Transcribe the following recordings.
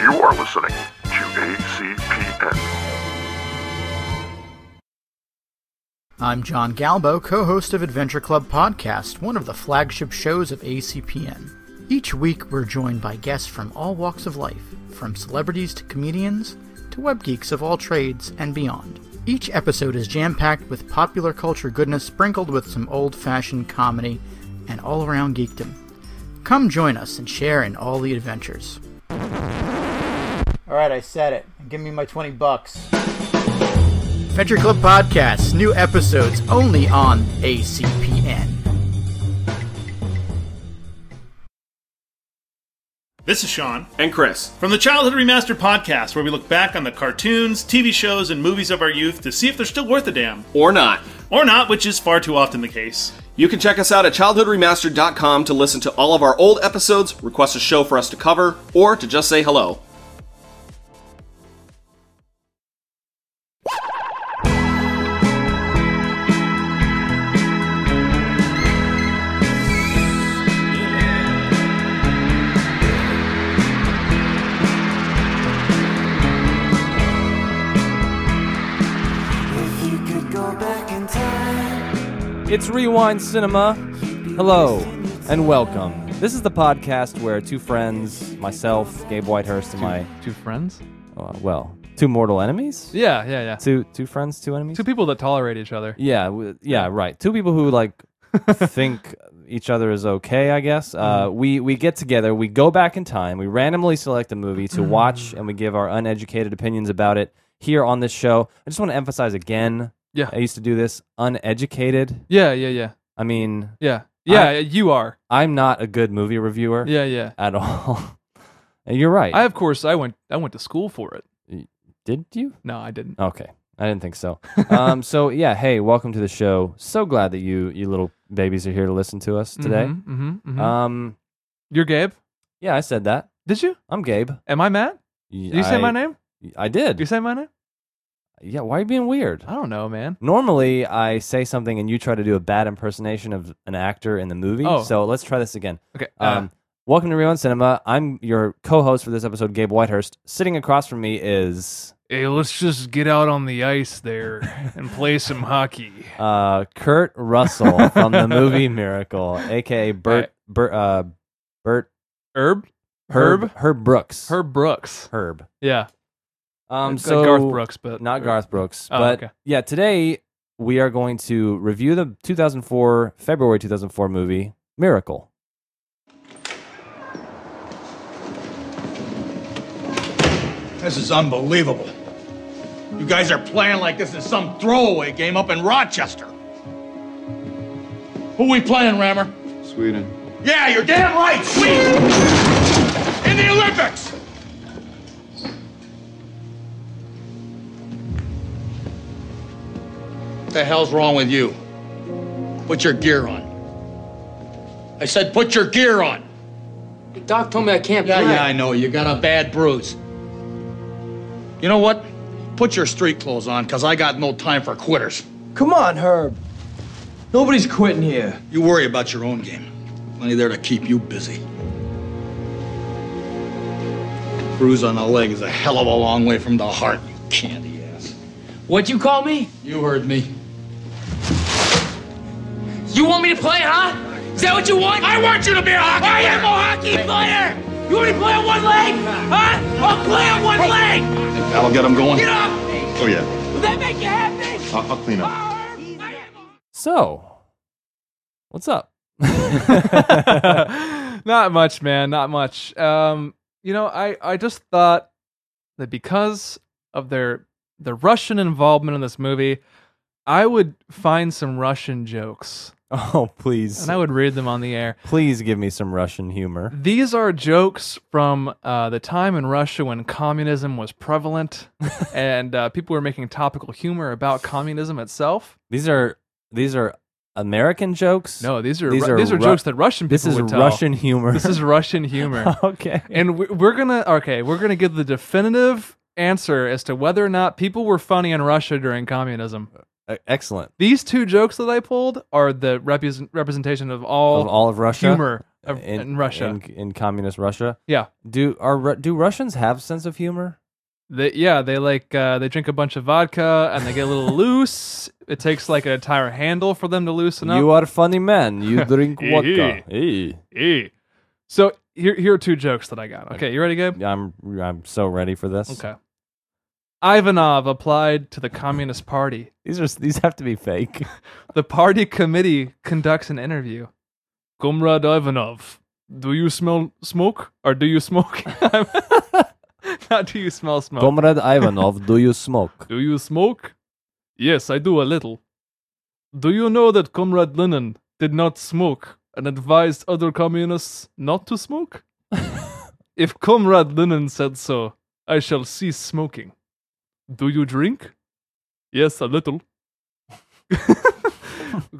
You are listening to ACPN. I'm John Galbo, co host of Adventure Club Podcast, one of the flagship shows of ACPN. Each week, we're joined by guests from all walks of life, from celebrities to comedians to web geeks of all trades and beyond. Each episode is jam packed with popular culture goodness sprinkled with some old fashioned comedy and all around geekdom. Come join us and share in all the adventures. All right, I said it. Give me my 20 bucks. Adventure Club Podcast, new episodes only on ACPN. This is Sean and Chris. from the Childhood Remastered podcast, where we look back on the cartoons, TV shows, and movies of our youth to see if they're still worth a damn. Or not. Or not, which is far too often the case. You can check us out at childhoodremastered.com to listen to all of our old episodes, request a show for us to cover, or to just say hello. If you could go back in time, It's Rewind Cinema. Hello and welcome. This is the podcast where two friends, myself, Gabe Whitehurst, and my two friends? uh, well, two mortal enemies. Yeah, yeah, yeah. Two two friends, two enemies. Two people that tolerate each other. yeah, w- yeah, right. Two people who like think each other is okay. I guess. Mm-hmm. Uh, we we get together. We go back in time. We randomly select a movie Mm-hmm. to watch, and we give our uneducated opinions about it here on this show. I just want to emphasize again. Yeah. I used to do this uneducated. Yeah, yeah, yeah. I mean, Yeah. Yeah, you are. I'm not a good movie reviewer. Yeah, yeah. at all. And You're right. I of course I went I went to school for it. Did you? No, I didn't. Okay. I didn't think so. um, so yeah, hey, welcome to the show. So glad that you you little babies are here to listen to us today. Mm-hmm, hmm Um, You're Gabe? yeah, I said that. Did you? I'm Gabe. Am I Matt? Did you say my name? I Did you did. say my name? Yeah, why are you being weird? I don't know, man. Normally, I say something and you try to do a bad impersonation of an actor in the movie. Oh. So let's try this again. Okay. uh, Um, welcome to Rewind Cinema. I'm your co-host for this episode, Gabe Whitehurst. Sitting across from me is hey, let's just get out on the ice there and play some hockey. uh, Kurt Russell from the movie Miracle, aka Bert Bert uh, Bert Herb? Herb Herb? Herb Brooks Herb Brooks. Herb. Yeah. Um, Like so Garth Brooks, but not Garth Brooks, Oh, but okay. yeah, today we are going to review the 2004 February 2004 movie Miracle. This is unbelievable. You guys are playing like this is some throwaway game up in Rochester. Who we playing, Rammer? Sweden. Yeah, you're damn right, Sweden! In the Olympics! What the hell's wrong with you? Put your gear on. I said put your gear on. The doc told me I can't Yeah, play. yeah, I know. You got a bad bruise. You know what? Put your street clothes on, because I got no time for quitters. Come on, Herb. Nobody's quitting here. You worry about your own game. Plenty there to keep you busy. Bruise on the leg is a hell of a long way from the heart, you candy ass. What you call me? You heard me. You want me to play, huh? Is that what you want? I want you to be a hockey I am a hockey player! You want me to play on one leg? Huh? I'll play on one leg! That'll get him going. Get up! Oh yeah, Will that make you happy? I'll, I'll clean up. Herb, I am a- So, what's up? not much, man. Not much. Um, you know, I, I just thought that because of their the Russian involvement in this movie, I would find some Russian jokes Oh, please, and I would read them on the air. please give me some Russian humor. These are jokes from uh, the time in Russia when communism was prevalent, and uh, people were making topical humor about communism itself. These are these are American jokes. No, these are These Ru- are these are Ru- jokes that Russian people this is would tell. Russian humor. This is Russian humor. okay. and we- we're gonna okay we're gonna give the definitive answer as to whether or not people were funny in russia during communism E- Excellent. These two jokes that I pulled are the repres representation of all, Of all of Russia, humor of, in, Russia. in, in communist Russia. yeah, Do are Ru- do Russians have sense of humor? they, yeah, they like uh, they drink a bunch of vodka and they get a little loose. It takes like an entire handle for them to loosen up. You are funny man. You drink Hee vodka. Hey. Eh. So here, here are two jokes that I got. Okay, you ready, Gabe? I'm I'm so ready for this. Okay. Ivanov applied to the Communist Party. These are these have to be fake. The party committee conducts an interview. Comrade Ivanov, do you smell smoke or do you smoke? Not do you smell smoke? Comrade Ivanov, do you smoke? do you smoke? Yes, I do a little. Do you know that Comrade Lenin did not smoke and advised other communists not to smoke? if Comrade Lenin said so, I shall cease smoking. Do you drink? Yes, a little.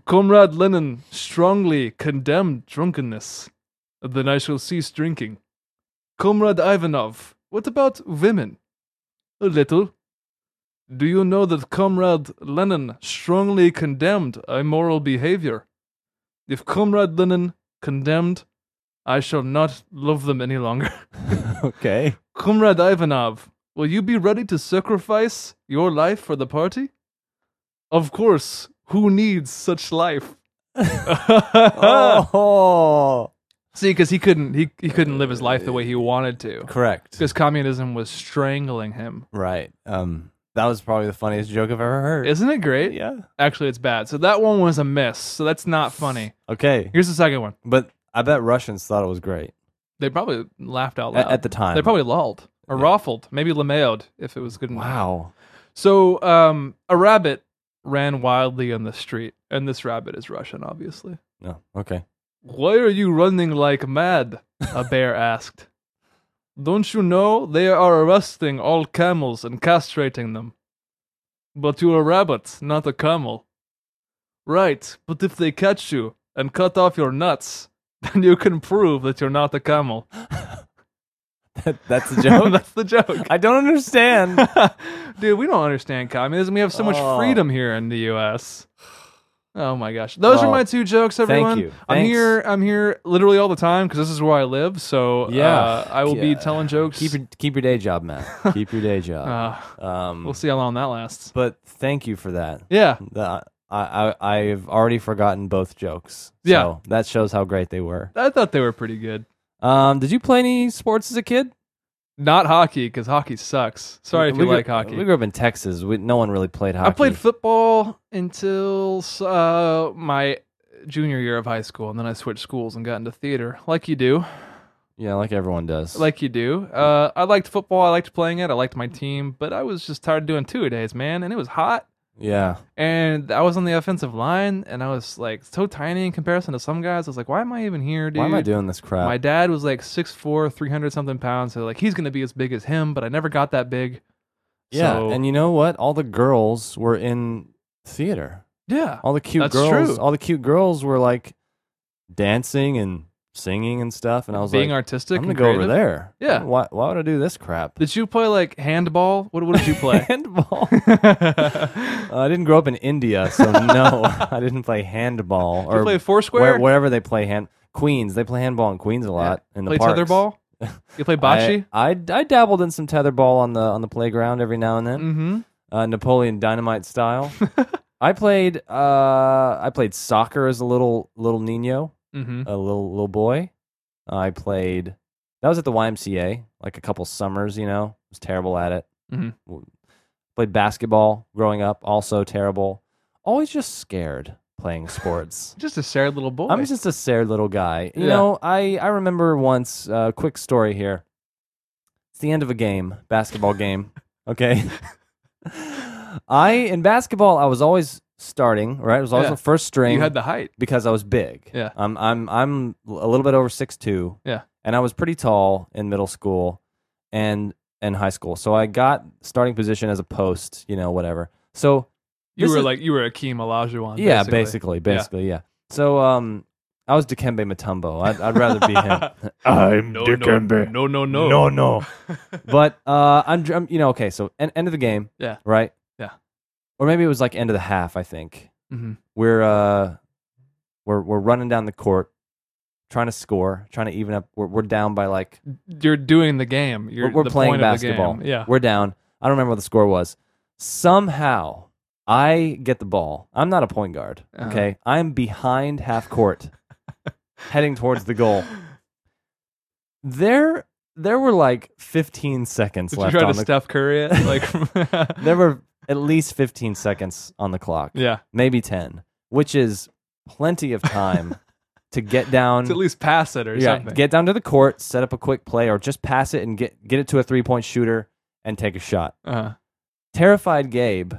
Comrade Lenin strongly condemned drunkenness. Then I shall cease drinking. Comrade Ivanov, what about women? A little. Do you know that Comrade Lenin strongly condemned immoral behavior? If Comrade Lenin condemned, I shall not love them any longer. Okay. Comrade Ivanov, will you be ready to sacrifice your life for the party? Of course, who needs such life? Oh, See, because he couldn't, he, he couldn't live his life the way he wanted to, correct. because communism was strangling him. Right. Um, that was probably the funniest joke I've ever heard. Isn't it great? yeah. Actually, it's bad. So that one was a miss. So that's not funny. Okay. Here's the second one. But I bet Russians thought it was great They probably laughed out at, loud at the time. They probably lolled or raffled, maybe lamaoed if it was good enough. Wow. So, um, a rabbit ran wildly on the street, and this rabbit is Russian, obviously. No. Okay. Why are you running like mad? A bear asked. Don't you know they are arresting all camels and castrating them? But you're a rabbit, not a camel. Right, but if they catch you and cut off your nuts, then you can prove that you're not a camel. That, that's a joke. That's the joke. I don't understand. Dude, we don't understand communism. We have so much Oh. freedom here in the U.S. Oh my gosh, those are Well, my two jokes, thank everyone. you. I'm Thanks. here. I'm here literally all the time because this is where I live. So Yeah. uh, I will be Yeah. telling jokes. keep your keep your day job, man. keep your day job. uh, um, we'll see how long that lasts. But thank you for that. Yeah, The- I, I I've already forgotten both jokes. Yeah. So that shows how great they were. I thought they were pretty good. Um, did you play any sports as a kid? Not hockey because hockey sucks. Sorry if We you grew- like hockey. We grew up in Texas. We, no one really played hockey. I played football until uh, my junior year of high school, and then I switched schools and got into theater, like you do. yeah, like everyone does. like you do. Uh, I liked football. I liked playing it. I liked my team, but I was just tired of doing two a days, man. And it was hot, yeah, and I was on the offensive line, and I was like so tiny in comparison to some guys. I was like, why am I even here, dude? why am I doing this crap? My dad was like 6'4", 300 something pounds, so like he's gonna be as big as him, but I never got that big. yeah, so- and you know what? All the girls were in theater. Yeah, All the cute That's girls. true. All the cute girls were like dancing and singing and stuff. And I was being like, artistic. I'm and gonna go over creative. there. Yeah. Why? Why would I do this crap? Did you play like handball? What what did you play? handball. Uh, I didn't grow up in India, so no, I didn't play handball you or play foursquare? where, wherever they play hand. Queens, they play handball in Queens a lot in the play parks. tetherball. You play bocce. I, I I dabbled in some tetherball on the on the playground every now and then, mm-hmm. uh, Napoleon Dynamite style. I played uh, I played soccer as a little little Nino, Mm-hmm. a little little boy. Uh, I played that was at the YMCA like a couple summers. You know, was terrible at it. Mhm. W- Played basketball growing up, also terrible. Always just scared playing sports. Just a sad little boy. I'm just a scared little guy. You Yeah. know, I, I remember once, uh, quick story here. It's the end of a game, basketball game. Okay. I, in basketball, I was always starting, right? I was always Yeah. the first string you had the height. because I was big. Yeah. I'm, I'm, I'm a little bit over six two. Yeah. And I was pretty tall in middle school and, and high school. So I got starting position as a post, you know, whatever. So You This were is- like you were Akeem Olajuwon. yeah, basically, Yeah. basically, yeah. So, um, I was Dikembe Mutombo. I'd, I'd rather be him. I'm No, no, no, no, no, No, no. but uh, I'm, dr- I'm, you know, okay. So, en- end of the game. Yeah. Right. Yeah. or maybe it was like end of the half. I think Mhm. we're uh, we're we're running down the court, trying to score, trying to even up. We're we're down by like You're doing the game. You're we're, we're the playing point of the basketball. game. Yeah. we're down. I don't remember what the score was. Somehow I get the ball. I'm not a point guard. Uh-huh. Okay, I'm behind half court, heading towards the goal. There there were like 15 seconds Did you left try on to the Steph Curry it? Like, there were at least 15 seconds on the clock, yeah. maybe 10, which is plenty of time to get down. To at least pass it or yeah, something. get down to the court, set up a quick play, or just pass it and get get it to a three point shooter and take a shot. uh, Terrified Gabe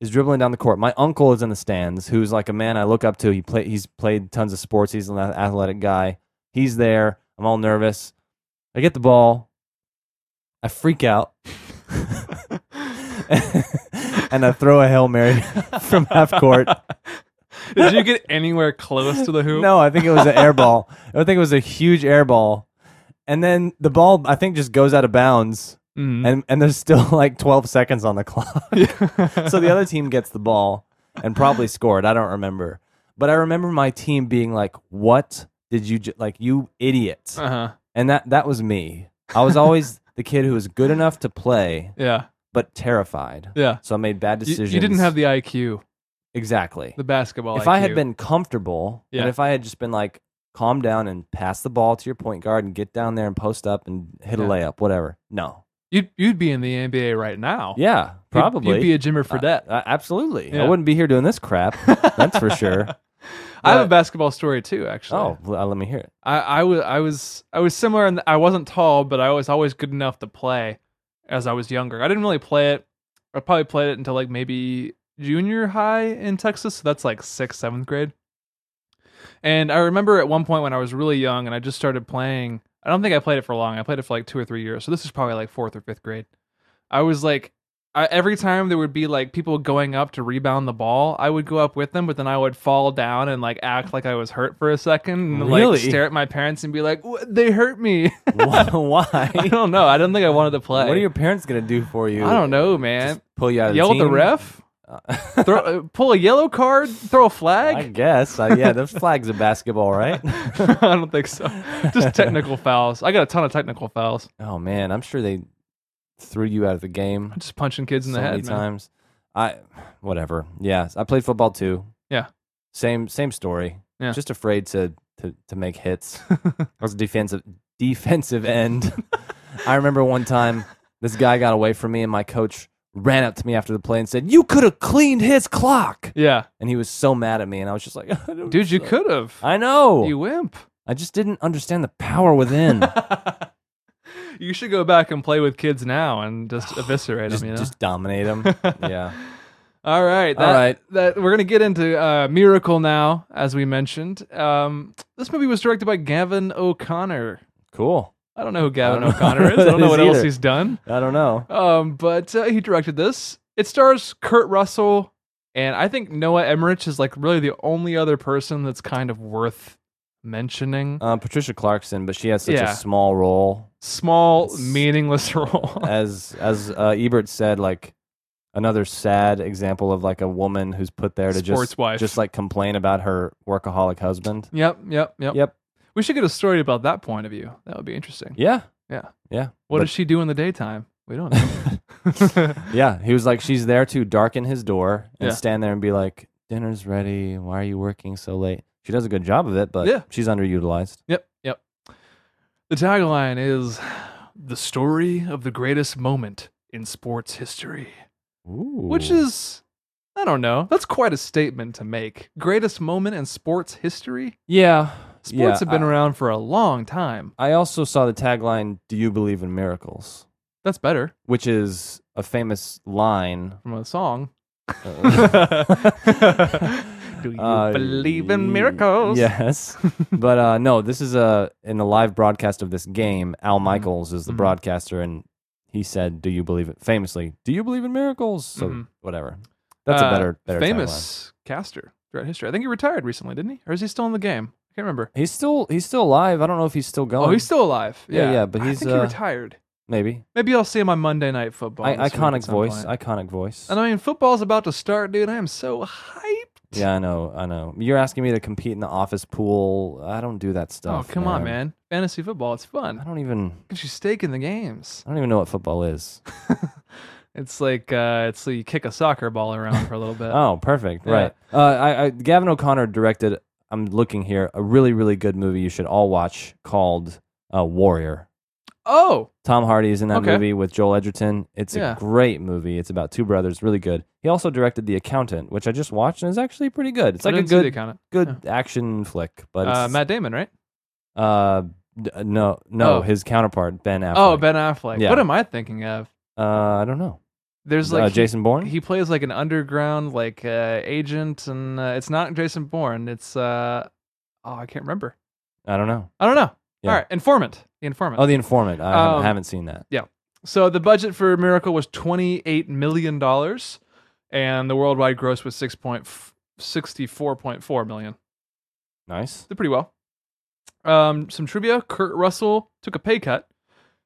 is dribbling down the court. My uncle is in the stands, who's like a man I look up to. He play, he's played tons of sports. He's an ath- athletic guy. He's there. I'm all nervous. I get the ball. I freak out. and I throw a Hail Mary from half court. did you get anywhere close to the hoop? No, I think it was an air ball. I think it was a huge air ball. And then the ball, I think, just goes out of bounds. Mhm. And, and there's still like 12 seconds on the clock. so the other team gets the ball and probably scored. I don't remember. But I remember my team being like, What did you, ju- like, you idiot. Uh-huh. And that, that was me. I was always the kid who was good enough to play, Yeah. but terrified. Yeah. So I made bad You, decisions. you didn't have the IQ, Exactly. the basketball if I had IQ. been comfortable Yeah. and if I had just been like, calm down and pass the ball to your point guard and get down there and post up and hit a Yeah. layup, whatever. No. You'd, you'd be in the NBA right now. Yeah, Oh. You'd- probably. You'd, be a Jimmer Fredette. Uh, absolutely. I Yeah. wouldn't be here doing this crap. That's for sure. I have but- a basketball story too, actually. Oh, well, uh, let me hear it. I, I was I was I was similar and I wasn't tall, but I was always good enough to play as I was younger. I didn't really play it. I probably played it until like maybe junior high in Texas, so that's like sixth, seventh grade. And I remember at one point when I was really young and I just started playing. I don't think I played it for long. I played it for like two or three years. So this is probably like fourth or fifth grade. I was like, I, every time there would be like people going up to rebound the ball, I would go up with them, but then I would fall down and like act like I was hurt for a second and Really? like stare at my parents and be like, "Wha- "They hurt me." Wh- Why? I don't know. I don't think I wanted to play. What are your parents going to do for you? I don't know, man. Just pull you out of Yell the at the team? ref. throw, uh, pull a yellow card. Throw a I flag. guess. I, yeah, those flags of basketball, right? I don't think so. Just technical fouls. I got a ton of technical fouls. oh, man. I'm sure they threw you out of the game. I'm just punching kids in the so head. many man. times. I whatever. Yeah, I played football too. Yeah. Same same story. Yeah. Just afraid to to to make hits. I was a defensive defensive end. I remember one time this guy got away from me and my coach ran up to me after the play and said, "You could have cleaned his clock." Yeah, And he was so mad at me and I was just like, I don't- dude, you could have. I know. You wimp. I just didn't understand the power within. You should go back and play with kids now and just eviscerate just, them. You know? just dominate him. yeah. All right, All that, right. That we're gonna get into uh, Miracle now, as we mentioned. Um, this movie was directed by Gavin O'Connor. Cool. I don't know who Gavin I don't know O'Connor is. who I don't know that what is else either. he's done. I don't know. Um, but uh, he directed this. It stars Kurt Russell, and I think Noah Emmerich is like really the only other person that's kind of worth mentioning. Um, Patricia Clarkson, but she has such Yeah. a small role. Small, it's- meaningless role. as as uh, Ebert said, like another sad example of like a woman who's put there to Sports just wife. just like complain about her workaholic husband. Yep, yep, yep. Yep. We should get a story about that point of view. That would be interesting. Yeah. Yeah. Yeah. What But- does she do in the daytime? We don't know. yeah. He was like, she's there to darken his door and Yeah. stand there and be like, "Dinner's ready. Why are you working so late?" She does a good job of it, but Yeah. she's underutilized. yep, yep. The tagline is the story of the greatest moment in sports history, Ooh. which is, I don't know, that's quite a statement to make. Greatest moment in sports history? yeah. Sports Yeah, have been I- around for a long time. I also saw the tagline, "Do you believe in miracles?" That's better Which is a famous line from a song. Do you Uh, believe in miracles? Yes, but uh, no, this is a in a live broadcast of this game. Al Michaels is the Mhm. broadcaster, and he said, "Do you believe it?" Famously, "Do you believe in miracles?" So Mhm. whatever. That's Uh, a better, better tagline. famous caster throughout history. I think he retired recently, didn't he? Or is he still in the game? I can't remember. He's still he's still alive. I don't know if he's still going. Oh, he's still alive. Yeah, Yeah, yeah, but I he's, think he uh, retired. Maybe Maybe I'll see him on Monday Night Football. I, this week at iconic some voice. point. Iconic voice. and I mean, football's about to start, dude. I am so hyped. Yeah, I know. I know. You're asking me to compete in the office pool. I don't do that Oh, stuff. come on, man. Fantasy football, it's I fun. don't even. Gives you stake in the games. I don't even know what football is. It's like uh, it's like you kick a soccer ball around for a little bit. Oh, perfect. Yeah. Right. Uh, I, I Gavin O'Connor directed. I'm looking here. A really, really good movie you should all watch called uh, Warrior. Oh, Tom Hardy is in that Okay. movie with Joel Edgerton. It's Yeah. a great movie. It's about two brothers. Really good. He also directed The Accountant, which I just watched and is actually pretty good. It's I like a Oh, didn't see the good, accountant. good action flick. But Uh, it's, Matt Damon, right? uh, d- no, no, Oh. his counterpart Ben Affleck. Oh, Ben Affleck. Yeah. What am I thinking of? Uh, I don't know. There's like uh, he- Jason Bourne. He plays like an underground like uh, agent, and uh, it's not Jason Bourne. It's uh, oh, I can't remember. I don't know. I don't know. Yeah. All right, informant. The informant. Oh, The Informant. I haven't- Um, haven't seen that. so the budget for Miracle was twenty eight million dollars, and the worldwide gross was six point sixty four point four million. Nice. Did pretty well. Um, some trivia: Kurt Russell took a pay cut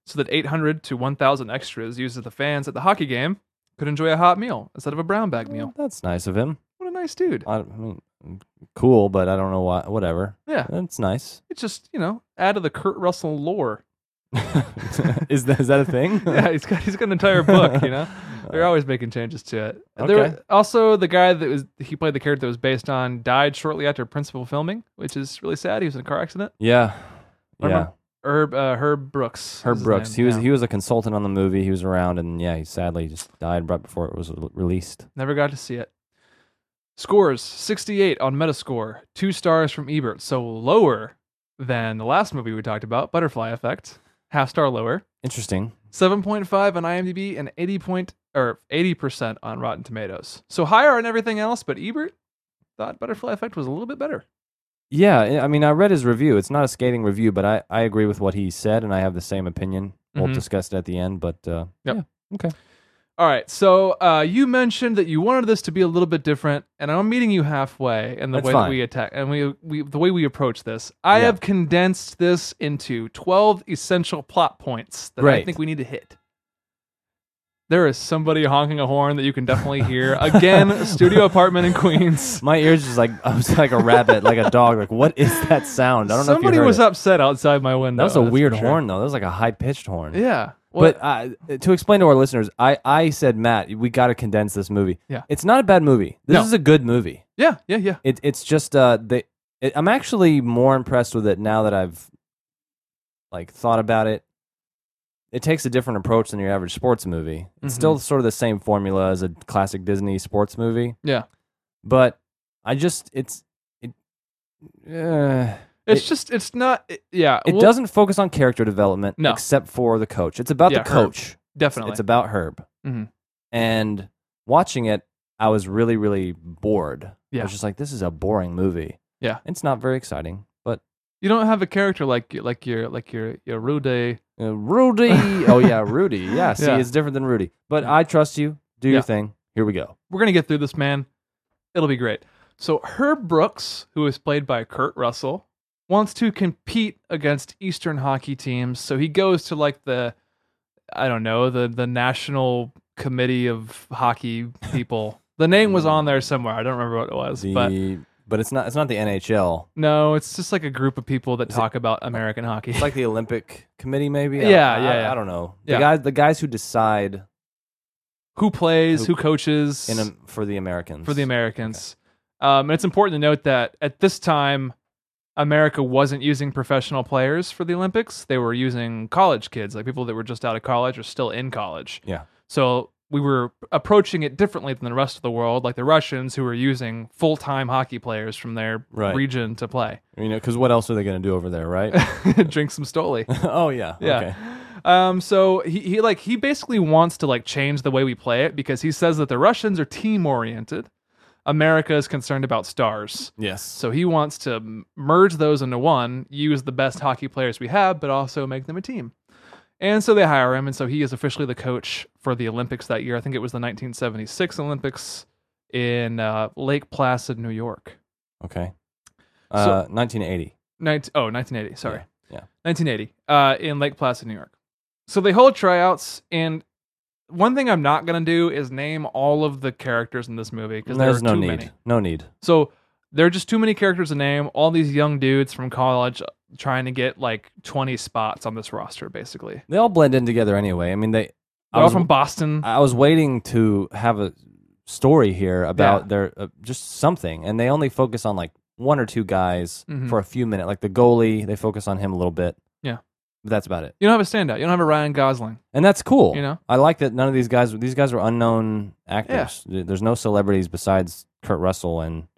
so that eight hundred to one thousand extras used at the fans at the hockey game could enjoy a hot meal instead of a brown bag meal. That's nice of him. What a nice dude. I, I mean, cool, but I don't know why. Whatever. Yeah. That's nice. It's just you know add to the Kurt Russell lore. is that is that a thing? yeah, he's got he's got an entire book. You know, they're always making changes to it. There- Okay. also, the guy that was he played the character that was based on died shortly after principal filming, which is really sad. He was in a car accident. Yeah. Yeah. Remember- Herb uh, Herb Brooks. Herb is his Brooks. name, He was yeah. he was a consultant on the movie. He was around, and yeah, he sadly just died right before it was re- released. Never got to see it. Scores 68 on Metascore, two stars from Ebert, so lower than the last movie we talked about, Butterfly Effect, half star lower. Interesting. 7.5 on IMDb and 80 point or 80% on Rotten Tomatoes. So higher on everything else, but Ebert thought Butterfly Effect was a little bit better. Yeah, I- I mean, I read his review. It's not a scathing review, but I, I agree with what he said, and I have the same opinion. We'll Mhm. discuss it at the end, but uh, Yep. yeah, okay. All right, so uh, you mentioned that you wanted this to be a little bit different, and I'm meeting you halfway in the That's way that fine. we attack and we, we the way we approach this. I Yeah. have condensed this into 12 essential plot points that I Great. think we need to hit. There is somebody honking a horn that you can definitely hear. Again, studio apartment in Queens. My ears just like I was like a rabbit, like a dog. Like, what is that sound? I don't know. If Somebody you heard was it. upset outside my window. That was a that's for weird sure. horn, though. That was like a high pitched horn. Yeah. But uh, to explain to our listeners, I, I said, Matt, we got to condense this movie. Yeah. It's not a bad movie. This No. is a good movie. yeah, yeah, yeah. It, it's just, uh, the, it, I'm actually more impressed with it now that I've like thought about it. It takes a different approach than your average sports movie. It's Mm-hmm. still sort of the same formula as a classic Disney sports movie. Yeah. But I just, it's, it, uh, It's it- just it's not it- yeah, it well, doesn't focus on character development No. except for the coach. It's about Yeah, the Herb. coach. definitely. It's about Herb. Mhm. And watching it, I was really, really bored. I Yeah. was just like, this is a boring movie. Yeah. It's not very exciting, but you don't have a character like like your like your your Rude uh, Rudy. oh, yeah, Rudy. Yeah. See, Yeah. it's different than Rudy. But I trust you. Do Yeah. your thing. Here we go. we're gonna get through this, man. It'll be great. So Herb Brooks, who is played by Kurt Russell, wants to compete against Eastern hockey teams. So he goes to like the, I don't know, the the National Committee of Hockey people. the name was on there somewhere. I don't remember what it was, Mm. The, but but, it's not it's not the NHL. no, it's just like a group of people that talk about American hockey. It's like the Olympic Committee, maybe. I- Yeah, I, yeah, yeah. I, don't know. Yeah. The guys the guys who decide who plays, who, who- coaches in Am- for the Americans. for the Americans. Um, and it's important to note that at this time, America wasn't using professional players for the Olympics. They were using college kids, like people that were just out of college or still in college. Yeah. So we were approaching it differently than the rest of the world, like the Russians who were using full time hockey players from their Right. region to play. You know, because what else are they going to do over there, right? Drink some Stoli. oh, yeah. Yeah. Okay. Um, so he, he like he basically wants to like change the way we play it because he says that the Russians are team oriented. America is concerned about stars. Yes. So he wants to m- merge those into one, use the best hockey players we have, but also make them a team. And so they hire him, and so he is officially the coach for the Olympics that year. I think it was the 1976 Olympics in uh, Lake Placid, New York. Okay. Uh, 1980. 19, oh, 1980. Sorry. Yeah, yeah. 1980 uh, in Lake Placid, New York. so they hold tryouts, and one thing I'm not gonna do is name all of the characters in this movie because There's there are no too need. many. No need. So there are just too many characters to name. All these young dudes from college trying to get like 20 spots on this roster, basically. They all blend in together anyway. I mean, they. I They're all was, from Boston. I was waiting to have a story here about Yeah. their uh, just something, and they only focus on like one or two guys Mhm. for a few minutes. Like the goalie, they focus on him a little bit. Yeah. but that's about it, you don't have a standout. You don't have a Ryan Gosling. and that's cool. You know? I like that none of these guys. These guys were unknown actors. Th- There's no celebrities besides Kurt Russell and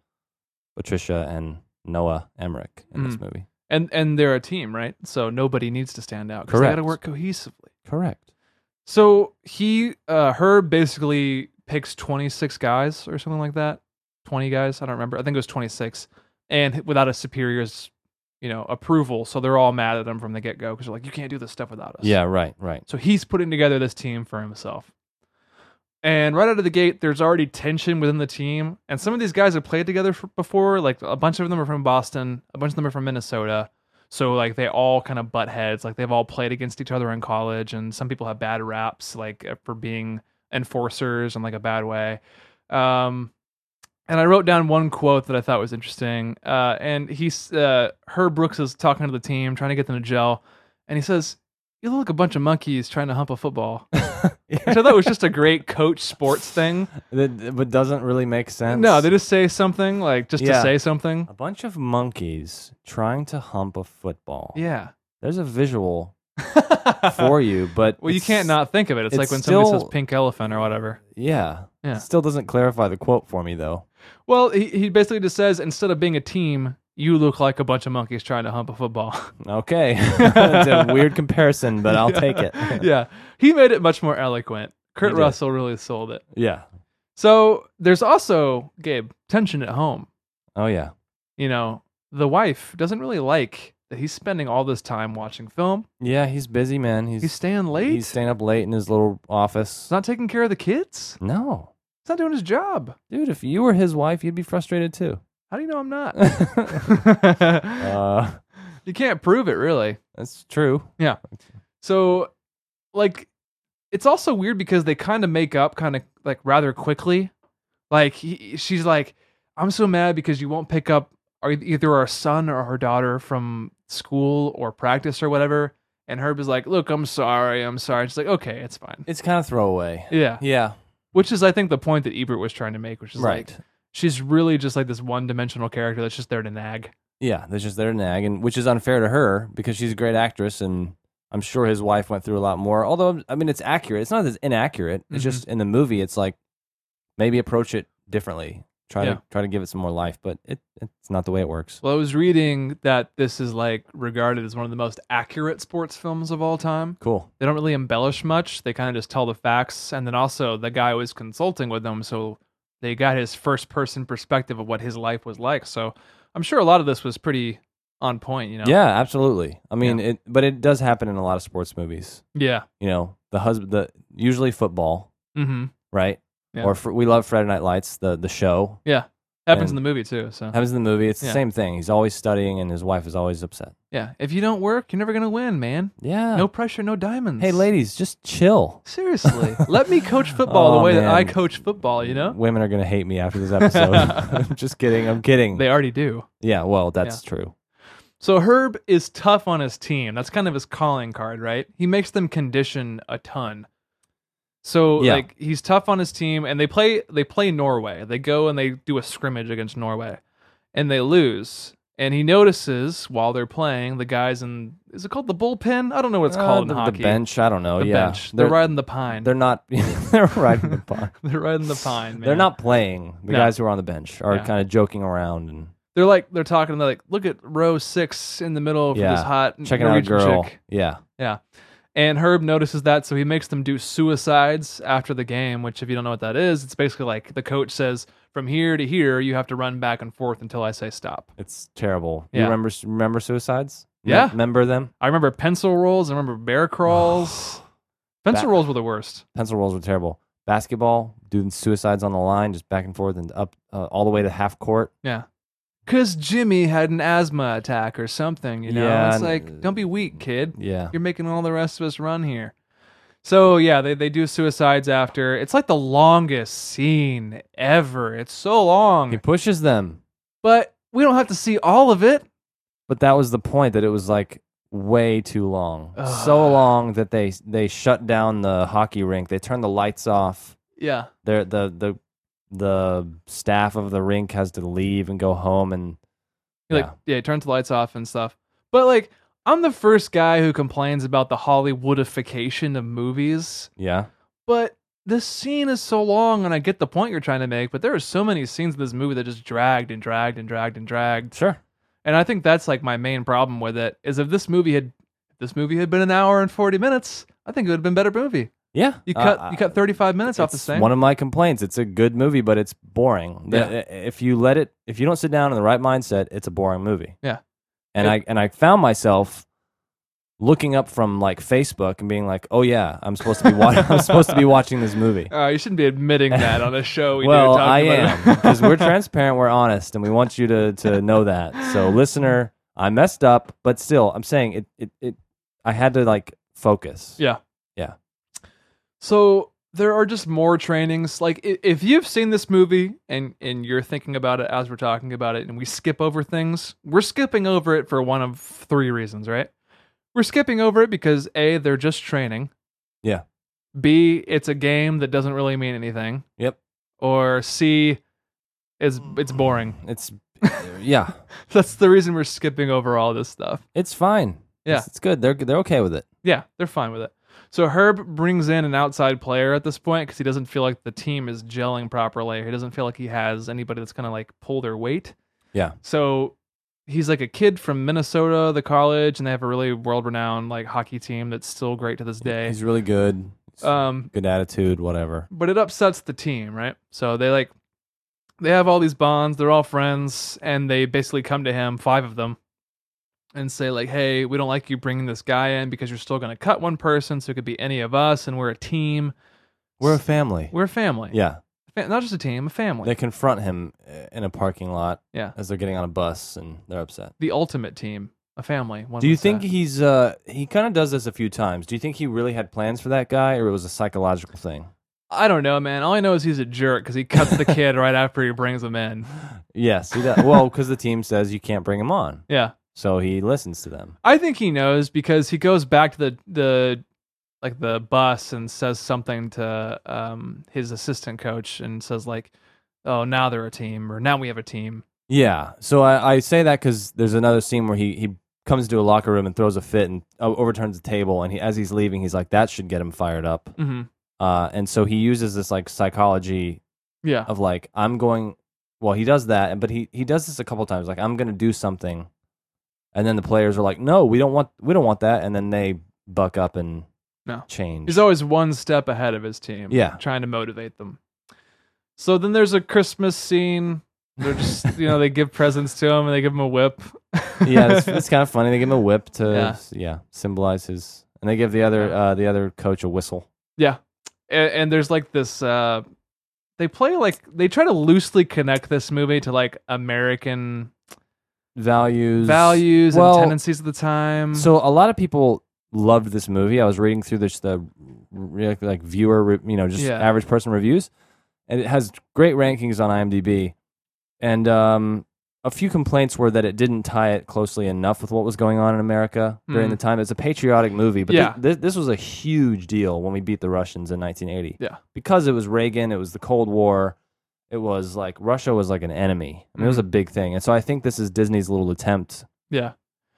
Patricia and Noah Emmerich in this Mm. movie. And and they're a team, right? So nobody needs to stand out. 'cause They got to Correct. work cohesively. Correct. So he, uh, Herb basically picks 26 guys or something like that. 20 guys. I don't remember. I think it was 26. And without a superior's, you know, approval. So they're all mad at him from the get go because they're like, you can't do this stuff without us. Yeah. Right. Right. So he's putting together this team for himself. And right out of the gate, there's already tension within the team. And some of these guys have played together for, before. Like a bunch of them are from Boston, a bunch of them are from Minnesota. So like they all kind of butt heads. Like they've all played against each other in college. And some people have bad raps, like uh, for being enforcers in like a bad way. Um, and I wrote down one quote that I thought was interesting. Uh, and he's uh, Herb Brooks is talking to the team, trying to get them to gel. And he says, "You look like a bunch of monkeys trying to hump a football." Which I thought was just a great coach sports thing. That, but doesn't really make sense. No, they just say something like just to Yeah. say something. A bunch of monkeys trying to hump a football. Yeah. There's a visual for you, but well, you it's- can't not think of it. It's, it's like when somebody says still- pink elephant or whatever. Yeah. Yeah. It still doesn't clarify the quote for me though. Well, he, he basically just says instead of being a team, you look like a bunch of monkeys trying to hump a football. Okay. it's a weird comparison, but I'll take it. yeah. He made it much more eloquent. Kurt He did. Russell really sold it. Yeah. So there's also, Gabe, tension at home. Oh yeah. You know, the wife doesn't really like that he's spending all this time watching film. Yeah, he's busy, man. He's He's staying late. he's staying up late in his little office. he's not taking care of the kids. No. He's not doing his job. Dude, if you were his wife, you'd be frustrated too. How do you know I'm not? Uh, you can't prove it, really. that's true. So, like, it's also weird because they kind of make up kind of like rather quickly. Like, he, she's like, I'm so mad because you won't pick up our, either our son or her daughter from school or practice or whatever. And Herb is like, Look, I'm sorry. I'm sorry. She's like, Okay, it's fine. It's kind of throwaway. Yeah. Yeah. Which is, I think, the point that Ebert was trying to make, which is Right. like, she's really just like this one dimensional character that's just there to nag. Yeah, that's just their nag, and which is unfair to her because she's a great actress, and I'm sure his wife went through a lot more. Although, I mean, it's accurate. It's not as inaccurate. It's Mhm. just in the movie, it's like maybe approach it differently. Try Yeah. to try to give it some more life, but it it's not the way it works. Well, I was reading that this is like regarded as one of the most accurate sports films of all time. Cool. they don't really embellish much. They kind of just tell the facts. And then also, the guy was consulting with them. So they got his first person perspective of what his life was like. So I'm sure a lot of this was pretty on point, you know? Yeah, absolutely. I mean, it but it does happen in a lot of sports movies. Yeah. You know, the husband, the usually football, Mm-hmm. right? Yeah. Or fr- we love Friday Night Lights, the the show Yeah. Happens in And- the movie, too. So, happens in the movie. It's Uh-huh. Yeah. the same thing. He's always studying, and his wife is always upset. yeah. If you don't work, you're never going to win, man. Yeah. No pressure, no diamonds. Hey, ladies, just chill. Seriously. let me coach football the Oh, way that man. I coach football, you know? Women are going to hate me after this episode. I'm just kidding. I'm kidding. They already do. yeah, well, that's true. So Herb is tough on his team. That's kind of his calling card, right? He makes them condition a ton. So Yeah. like he's tough on his team and they play they play Norway. They go and they do a scrimmage against Norway and they lose. And he notices while they're playing the guys in is it called the bullpen? I don't know what it's Uh, called in the, the hockey. bench. I don't know. The yeah, bench. They're, riding the pine. They're not. they're riding the pine. They're riding the pine, man. They're not playing. The No. guys who are on the bench are Yeah. kind of joking around and They're like they're talking they're like look at row 6 in the middle for Yeah. this hot checking Norwegian out a girl. chick. Yeah, Yeah. And Herb notices that, so he makes them do suicides after the game, which, if you don't know what that is, it's basically like the coach says, from here to here, you have to run back and forth until I say stop. it's terrible. Yeah. You remember remember suicides? Me- Yeah. remember them? I remember pencil rolls. I remember bear crawls. pencil That- rolls were the worst. Pencil rolls were terrible. Basketball, doing suicides on the line, just back and forth and up uh, all the way to half court. Yeah. Because Jimmy had an asthma attack or something, you know? Yeah, it's and- like, don't be weak, kid. Yeah, You're making all the rest of us run here. So yeah, they, they do suicides after. It's like the longest scene ever. It's so long. He pushes them, But we don't have to see all of it. but that was the point that it was like way too long, so long that they they shut down the hockey rink. They turned the lights off. Yeah. They're, the the the staff of the rink has to leave and go home, and He, Like yeah, he turns the lights off and stuff. But like I'm the first guy who complains about the Hollywoodification of movies, yeah, but this scene is so long and I get the point you're trying to make, but there are so many scenes in this movie that just dragged and dragged and dragged and dragged. sure. And I think that's like my main problem with it is if this movie had if this movie had been an hour and 40 minutes, I think it would have been a better movie. Yeah, You Uh, cut I- you cut 35 minutes off the it's thing. One of my complaints. It's a good movie, but it's boring. The- If you let it, if you don't sit down in the right mindset, it's a boring movie. Yeah. And I and I found myself looking up from like Facebook and being like, oh yeah, I'm supposed to be watching. I'm supposed to be watching this movie. Uh, you shouldn't be admitting that on a show. We well, do talk I about am because we're transparent, we're honest, and we want you to to know that. So, listener, I messed up, but still, I'm saying it. It. it I had to like focus. Yeah. Yeah. So there are just more trainings. Like i- if you've seen this movie and and you're thinking about it as we're talking about it, and we skip over things, we're skipping over it for one of three reasons, right? We're skipping over it because a they're just training. Yeah. B it's a game that doesn't really mean anything. Yep. Or C is it's boring. It's. Yeah. That's the reason we're skipping over all this stuff. It's fine. Yeah. It's, it's good. They're they're okay with it. Yeah, they're fine with it. So Herb brings in an outside player at this point because he doesn't feel like the team is gelling properly. He doesn't feel like he has anybody that's gonna like pull their weight. Yeah. So he's like a kid from Minnesota, the college, and they have a really world-renowned like hockey team that's still great to this day. He's really good. Um, good attitude, whatever. but it upsets the team, right? So they like they have all these bonds, they're all friends, and they basically come to him, five of them, and say like, "Hey, we don't like you bringing this guy in because you're still going to cut one person, so it could be any of us, and we're a team. We're a family. We're a family. yeah. Fa- not just a team, a family. They confront him uh, in a parking lot yeah, as they're getting on a bus and they're upset. the ultimate team, a family. One Do you would think say. he's uh he kind of does this a few times. Do you think he really had plans for that guy or it was a psychological thing? I don't know, man. All I know is he's a jerk because he cuts the kid right after he brings him in. Yes, he does. well, cuz the team says you can't bring him on. Yeah. So he listens to them. I think he knows because he goes back to the the like the bus and says something to um his assistant coach and says like, "Oh, now they're a team," or "Now we have a team." Yeah. So I, I say that because there's another scene where he, he comes into a locker room and throws a fit and uh, overturns the table. And he, as he's leaving, he's like, that should get him fired up. Mm-hmm. Uh, and so he uses this like psychology Yeah, of like, I'm going, well, he does that, but he, he does this a couple times. Like, I'm going to do something. And then the players are like, no, we don't want, we don't want that. And then they buck up and No. change. he's always one step ahead of his team. Yeah. trying to motivate them. So then there's a Christmas scene. They're just you know they give presents to him and they give him a whip. yeah, it's, it's kind of funny. They give him a whip to, Yeah. yeah, symbolize his, and they give the other, uh, the other coach a whistle. Yeah. And, and there's like this uh they play like they try to loosely connect this movie to like American Values. values Well, and tendencies of the time. So a lot of people loved this movie. I was reading through this the re- like viewer, re- you know, just Yeah. average person reviews, and it has great rankings on IMDb. And um, a few complaints were that it didn't tie it closely enough with what was going on in America during Mm. the time. It's a patriotic movie, but Yeah. thi- thi- this was a huge deal when we beat the Russians in 1980. Yeah. because it was Reagan, it was the Cold War. It was like Russia was like an enemy. I mean, it was a Mm-hmm. big thing, and so I think this is Disney's little attempt. yeah.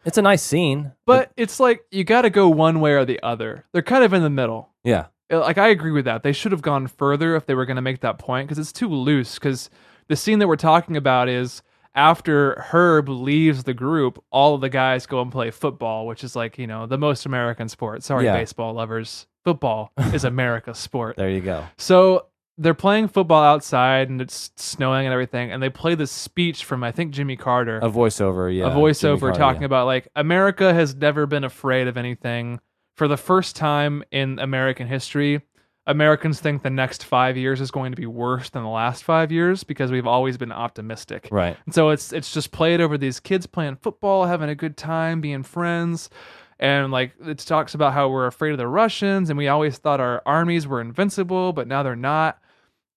It's a nice scene, But it's like you got to go one way or the other. They're kind of in the middle. yeah, Uh, Like I agree with that. They should have gone further if they were going to make that point because it's too loose cuz the scene that we're talking about is after Herb leaves the group, all of the guys go and play football, which is like, you know, the most American sport. Sorry Yeah. baseball lovers. Football is America's sport. There you go. So they're playing football outside and it's snowing and everything, and they play this speech from I think Jimmy Carter, A voiceover, yeah. a voiceover talking about like America has never been afraid of anything. For the first time in American history, Americans think the next five years is going to be worse than the last five years because we've always been optimistic. Right. And so it's it's just played over these kids playing football, having a good time, being friends. and like it talks about how we're afraid of the Russians and we always thought our armies were invincible, but now they're not.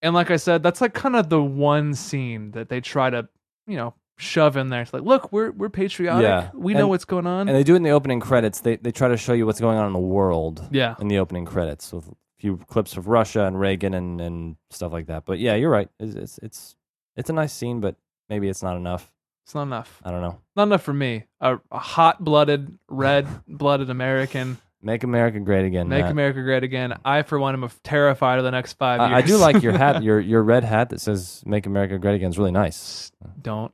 And like I said, that's like kind of the one scene that they try to, you know, shove in there. It's like, look, we're we're patriotic. Yeah. We know And- what's going on. And they do it in the opening credits. They they try to show you what's going on in the world. Yeah. In the opening credits with a few clips of Russia and Reagan and, and stuff like that. But yeah, you're right. It's, it's it's it's a nice scene, but maybe it's not enough. it's not enough. I don't know. Not enough for me. A, a hot-blooded, red-blooded American. Make America great again. Make Matt. America Great Again. I, for one, am af- terrified of the next five years. I, I do like your hat, your your red hat that says "Make America Great Again" is really nice. Don't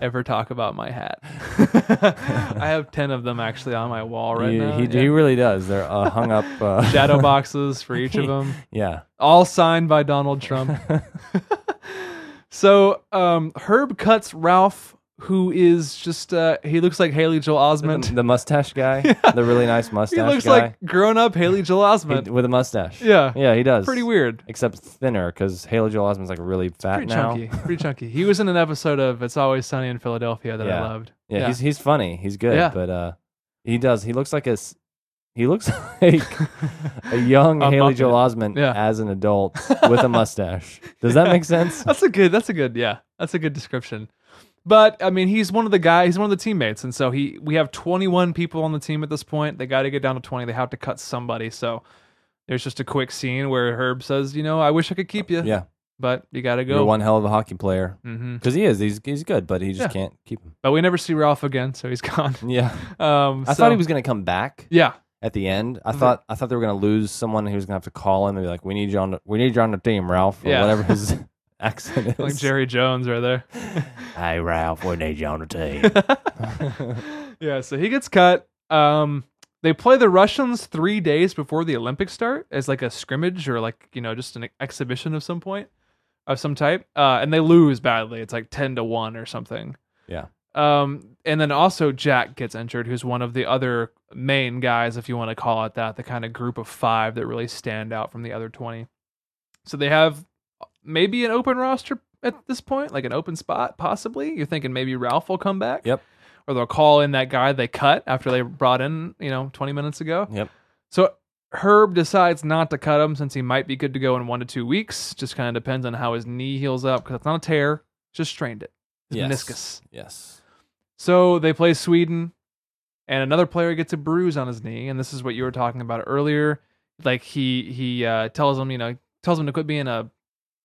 ever talk about my hat. I have 10 of them actually on my wall right he, now. he, yeah. he really does. They're uh, hung up. Uh, Shadow boxes for each of them, yeah, all signed by Donald Trump. so um, Herb cuts Ralph, who is just, uh, he looks like Haley Joel the, Osment. the mustache guy, the really nice mustache He looks guy like grown up Haley Joel He- Osment. with a mustache. Yeah. yeah, he does. Pretty weird. except thinner because Haley Joel Osment's like really fat Pretty now. chunky. Pretty chunky. He was in an episode of It's Always Sunny in Philadelphia that Yeah. I loved. Yeah, he's he's funny. He's good, Yeah. but uh, he does. He looks like a s- he looks like a young A Haley Muppet. Joel Osment Yeah. as an adult with a mustache. Does that make sense? That's a good. That's a good. Yeah, that's a good description. But I mean, he's one of the guy. He's one of the teammates, and so he. We have 21 people on the team at this point. They got to get down to 20. They have to cut somebody. So there's just a quick scene where Herb says, "You know, I wish I could keep you, Yeah, but you got to go." you're one hell of a hockey player hmm because he is. He's he's good, but he just Yeah. can't keep him. But we never see Ralph again, so he's gone. Yeah, Um, Mm-hmm. I so- thought he was gonna come back Yeah, at the end. Mm-hmm. I thought I thought they were gonna lose someone. He was gonna have to call him and be like, "We need you on. The, we need you on the team, Ralph." Or Yeah. whatever his accent is. like Jerry Jones right there. Hey, Ralph, we need you on the team. yeah, so he gets cut. Um, they play the Russians three days before the Olympics start as like a scrimmage or like you know just an exhibition of some point of some type, uh, and they lose badly. It's like ten to one or something. Yeah. Um, and then also Jack gets injured, who's one of the other main guys, if you want to call it that, the kind of group of five that really stand out from the other twenty. So they have uh, maybe an open roster at this point, like an open spot, possibly. You're thinking maybe Ralph will come back yep. or they'll call in that guy they cut after they brought in, you know, 20 minutes ago. Yep. So Herb decides not to cut him since he might be good to go in one to two weeks. Just kind of depends on how his knee heals up because it's not a tear, just strained it. It's meniscus. Yes. So they play Sweden, and another player gets a bruise on his knee, and this is what you were talking about earlier. Like he he uh, tells him, you know, tells him to quit being a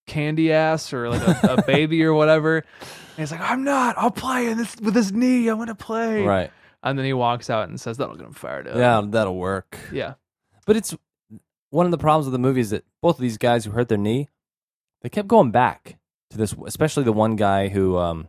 candy ass or like a, a baby or whatever. And he's like, I'm not. I'll play in this with this knee. I'm gonna play. Right. And then he walks out and says, "That'll get him fired up." Yeah, that'll work. Uh, yeah, But it's one of the problems with the movie is that both of these guys who hurt their knee, they kept going back to this, especially the one guy who um,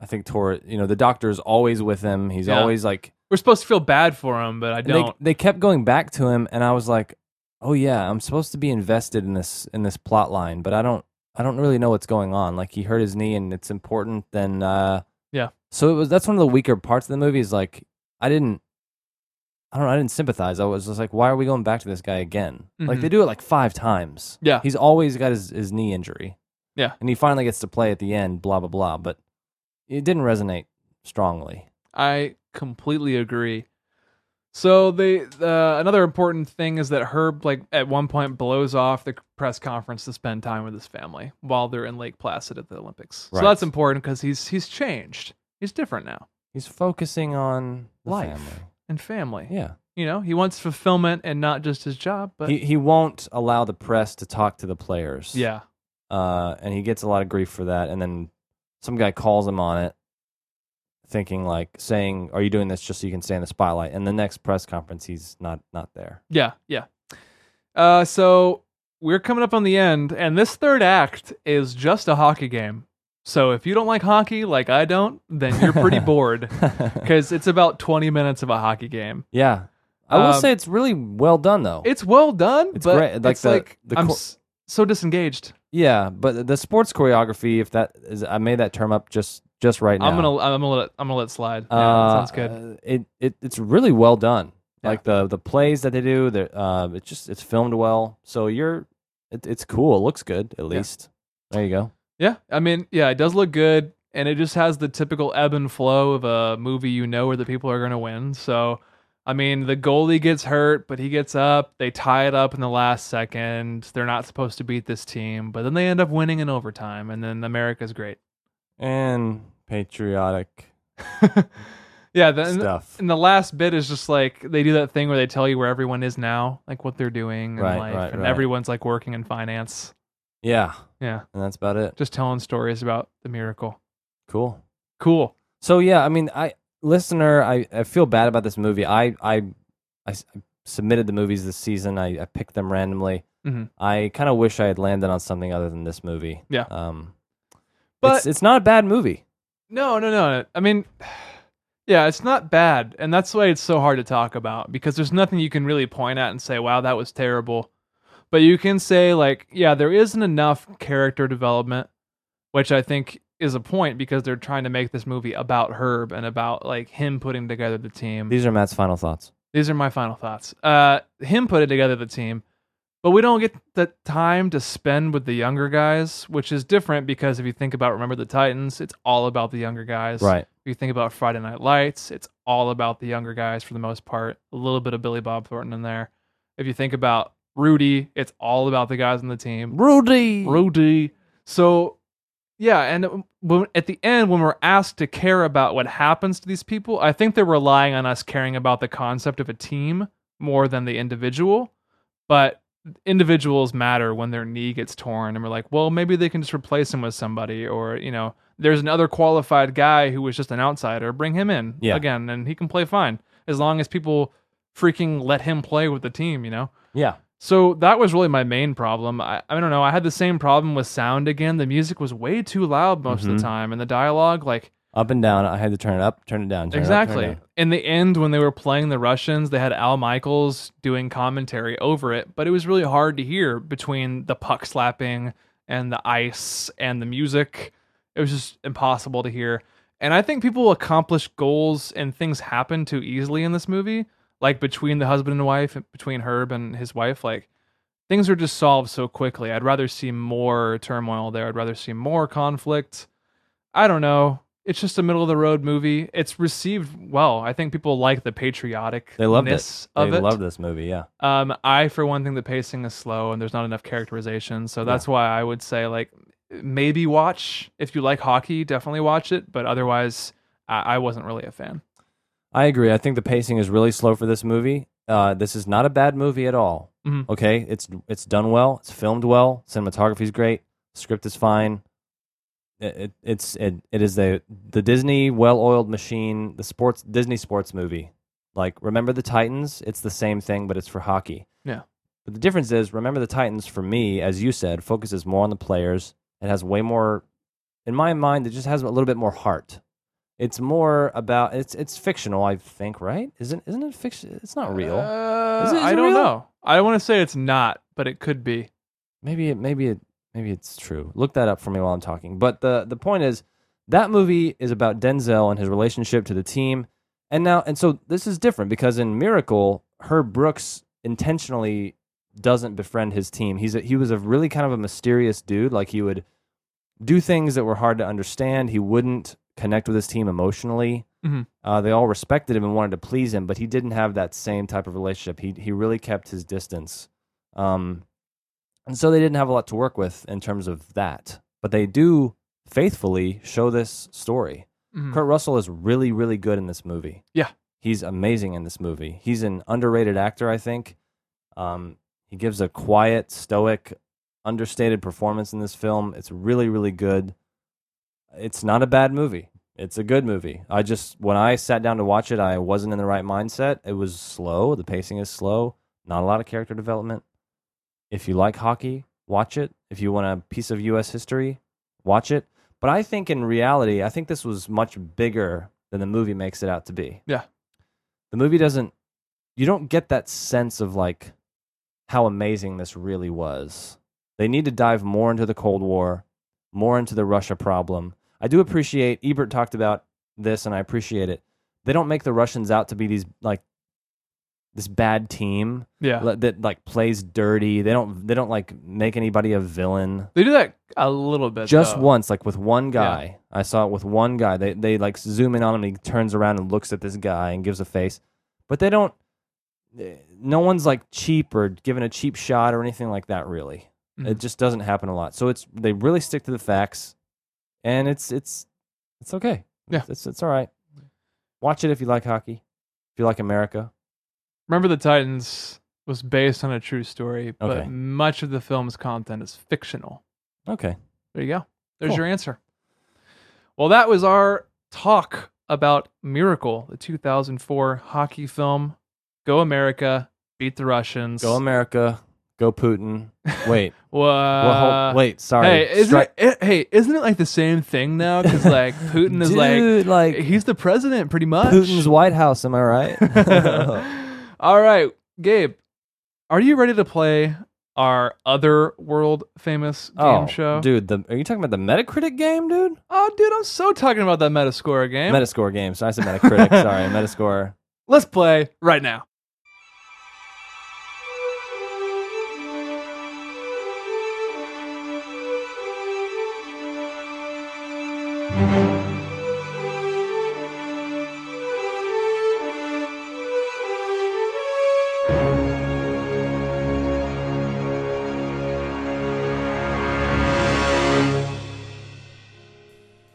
I think tore it. You know, the doctor's always with him. He's Yeah. always like, we're supposed to feel bad for him, but I and they, don't. they kept going back to him. And I was like, oh, yeah, I'm supposed to be invested in this, in this plot line, but I don't, I don't really know what's going on. Like he hurt his knee and it's important. Then, uh, Yeah. So it was, that's one of the weaker parts of the movie is like, I didn't, I don't know. I didn't sympathize. I was just like, why are we going back to this guy again? Like Mhm. they do it like five times. Yeah. He's always got his, his knee injury. Yeah. And he finally gets to play at the end, blah, blah, blah. But it didn't resonate strongly. I completely agree. So they uh, another important thing is that Herb like at one point blows off the press conference to spend time with his family while they're in Lake Placid at the Olympics. Right. So that's important because he's he's changed. He's different now He's focusing on the Life. family. and family. Yeah. You know, he wants fulfillment and not just his job, but he he won't allow the press to talk to the players. yeah, uh, and he gets a lot of grief for that. And then some guy calls him on it, thinking like saying, "Are you doing this just so you can stay in the spotlight?" And the next press conference, he's not not there. yeah, yeah. Uh, so we're coming up on the end, and this third act is just a hockey game. So if you don't like hockey, like I don't, then you're pretty bored. because it's about 20 minutes of a hockey game. yeah, I will Um, say it's really well done though. It's well done, It's but great, like it's the- like the I'm cor- s- so disengaged. yeah, but the sports choreography, if that is, I made that term up just just right now. I'm gonna I'm gonna let I'm gonna let it slide. Yeah, Uh, sounds good. uh, It, it it's really well done. Yeah. Like the the plays that they do, they're, uh, it's just it's filmed well. So you're, it, it's cool. It looks good at least. There you go. Yeah, I mean, yeah, it does look good, and it just has the typical ebb and flow of a movie you know where the people are gonna win. So I mean, the goalie gets hurt, but he gets up. They tie it up in the last second. They're not supposed to beat this team, but then they end up winning in overtime, and then America's great. and patriotic Yeah, then stuff. and the last bit is just like they do that thing where they tell you where everyone is now, like what they're doing in Right, life, right, and right. everyone's like working in finance. Yeah, Yeah, and that's about it. just telling stories about the miracle. Cool. Cool. So yeah, I mean, I listener, I, I feel bad about this movie. I I I s- submitted the movies this season. I, I picked them randomly. Mhm. I kind of wish I had landed on something other than this movie. Yeah. Um, But- but it's, it's not a bad movie. No, no, no. I mean, yeah, it's not bad, and that's why it's so hard to talk about because there's nothing you can really point at and say, "Wow, that was terrible." But you can say like, "Yeah, there isn't enough character development," which I think is a point because they're trying to make this movie about Herb and about like him putting together the team. These are Matt's final thoughts. These are my final thoughts. Uh, him putting together the team, but we don't get the time to spend with the younger guys, which is different because if you think about Remember the Titans, it's all about the younger guys. Right. If you think about Friday Night Lights, it's all about the younger guys for the most part. A little bit of Billy Bob Thornton in there. If you think about Rudy, it's all about the guys on the team. Rudy. Rudy. So, yeah, and when, at the end, when we're asked to care about what happens to these people, I think they're relying on us caring about the concept of a team more than the individual. But individuals matter when their knee gets torn, and we're like, well, maybe they can just replace him with somebody, or you know, there's another qualified guy who was just an outsider, bring him in Yeah. again, and he can play fine as long as people freaking let him play with the team, you know. Yeah. So that was really my main problem. I, I don't know. I had the same problem with sound again. The music was way too loud most of Mhm. the time, and the dialogue, like Up and down. I had to turn it up, turn it down. turn it up, turn it exactly. down. In the end, when they were playing the Russians, they had Al Michaels doing commentary over it, but it was really hard to hear between the puck slapping and the ice and the music. It was just impossible to hear. And I think people accomplish goals and things happen too easily in this movie, like between the husband and wife, between Herb and his wife, like things are just solved so quickly. I'd rather see more turmoil there. I'd rather see more conflict. I don't know. It's just a middle of the road movie. It's received well. I think people like the patriotic. They loved it. it. They Of it. loved this movie. Yeah. Um, I for one think the pacing is slow and there's not enough characterization, so that's why I would say like maybe watch if you like hockey, definitely watch it. But otherwise, I, I wasn't really a fan. I agree. I think the pacing is really slow for this movie. Uh, this is not a bad movie at all. Mhm. Okay, it's it's done well. It's filmed well. Cinematography's great. Script is fine. It, it it's it, it is the the Disney well-oiled machine. The sports Disney sports movie. Like remember the Titans? It's the same thing, but it's for hockey. Yeah. But the difference is, remember the Titans for me, as you said, focuses more on the players. It has way more, in my mind, it just has a little bit more heart it's more about it's it's fictional i think right isn't isn't it fiction it's not real Uh, Is it- is I it don't real? know. I want to say it's not, but it could be. maybe it maybe it maybe it's true look that up for me while i'm talking but the the point is that movie is about denzel and his relationship to the team and now and so this is different because in miracle herb brooks intentionally doesn't befriend his team he's a, he was a really kind of a mysterious dude like he would do things that were hard to understand he wouldn't connect with his team emotionally Mhm. uh, they all respected him and wanted to please him but he didn't have that same type of relationship he, he really kept his distance um, and so they didn't have a lot to work with in terms of that. But they do faithfully show this story. Mhm. Kurt Russell is really, really good in this movie. Yeah. He's amazing in this movie. He's an underrated actor, I think. Um, he gives a quiet, stoic, understated performance in this film. It's really, really good. It's not a bad movie. It's a good movie. I just, when I sat down to watch it, I wasn't in the right mindset. It was slow. The pacing is slow. Not a lot of character development. If you like hockey, watch it. If you want a piece of U.S. history, watch it. But I think in reality, I think this was much bigger than the movie makes it out to be. Yeah. The movie doesn't, you don't get that sense of like how amazing this really was. They need to dive more into the Cold War, more into the Russia problem. I do appreciate, Ebert talked about this and I appreciate it. They don't make the Russians out to be these like, this bad team Yeah, le- that like plays dirty. They don't they don't like make anybody a villain. they do that a little bit. Just though. once, like with one guy, I saw it with one guy. They they like zoom in on him. And he turns around and looks at this guy and gives a face. but they don't. eh, No one's like cheap or given a cheap shot or anything like that. Really, Mm-hmm. it just doesn't happen a lot. So it's they really stick to the facts, and it's it's it's okay. Yeah. it's it's, it's all right. Watch it if you like hockey, if you like America. Remember the Titans was based on a true story, but Okay. much of the film's content is fictional. Okay, There you go. There's Cool. your answer. Well, that was our talk about Miracle, the 2004 hockey film. Go America, beat the Russians. go America, go Putin. Wait, well, Wha- hold, wait, sorry. Uh, Hey, isn't Stri- it, eh, hey, isn't it like the same thing now? Because like Putin is like, Dude, like, he's the president pretty much. Putin's White House. Am I right? All right, Gabe, are you ready to play our other world famous game oh, show? dude, the, are you talking about the Metacritic game, dude? Oh, dude, I'm so talking about that Metascore game. Metascore game. So I said Metacritic. sorry, Metascore. Let's play right now.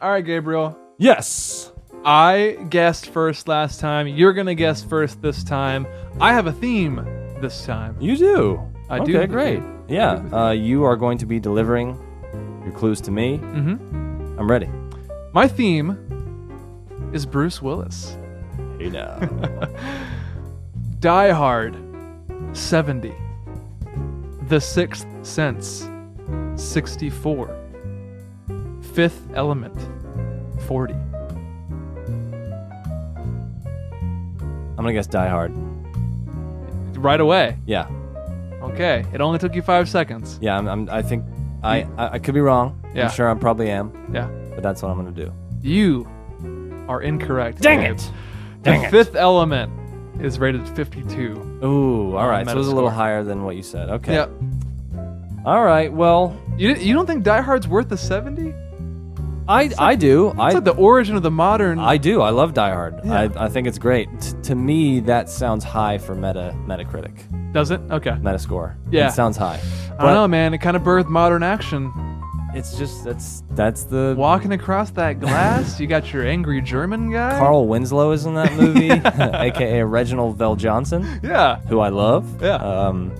All right, Gabriel. Yes. I guessed first last time. You're gonna guess first this time. I have a theme this time. You do. I okay, do. Great. Yeah. Uh, you are going to be delivering your clues to me. Mm-hmm. I'm ready. My theme is Bruce Willis. Hey now. Die Hard, 70. The Sixth Sense, 64. Fifth Element, 40. I'm gonna guess Die Hard. Right away. Yeah. Okay. It only took you five seconds. Yeah. I'm. I'm I think I, I. I could be wrong. Yeah. I'm sure. I probably am. Yeah. But that's what I'm gonna do. You are incorrect. Dang Gabe. it. the Fifth Element is rated 52. Ooh. All right. So it was a little Metascore. higher than what you said. Okay. Yeah. All right. Well, You, you don't think Die Hard's worth a 70? It's I. I do. I. like the origin of the modern. I do. I love Die Hard. I, I think it's great. T- to me, that sounds high for Meta Metacritic, Does it? Okay. Metascore. Yeah. it sounds high. I don't know, man. It kind of birthed modern action. It's just that's that's the Walking across that glass, you got your angry German guy. Carl Winslow is in that movie, aka Reginald Vell Johnson, Yeah. who I love. Yeah. Um,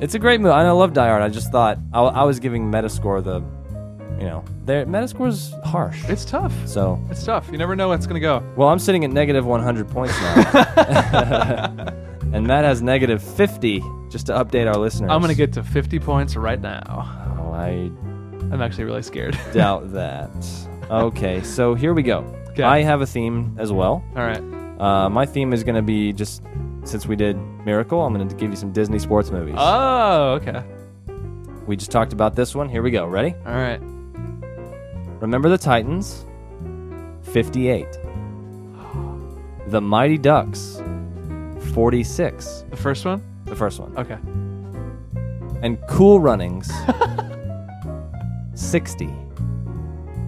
it's a great movie. and I love Die Hard. I just thought I, I was giving Metascore the, you know, their Metascore's harsh. It's tough. so It's tough. You never know what's going to go. well, I'm sitting at negative 100 points now, and Matt has negative 50. Just to update our listeners, I'm going to get to 50 points right now. Oh, I I'm actually really scared. doubt that. Okay, so here we go. 'Kay. I have a theme as well. All right. Uh, my theme is going to be just since we did Miracle, I'm going to give you some Disney sports movies. Oh, okay. we just talked about this one. Here we go. Ready? All right. Remember the Titans? 58. The Mighty Ducks? 46. The first one? The first one. Okay. And Cool Runnings? 60.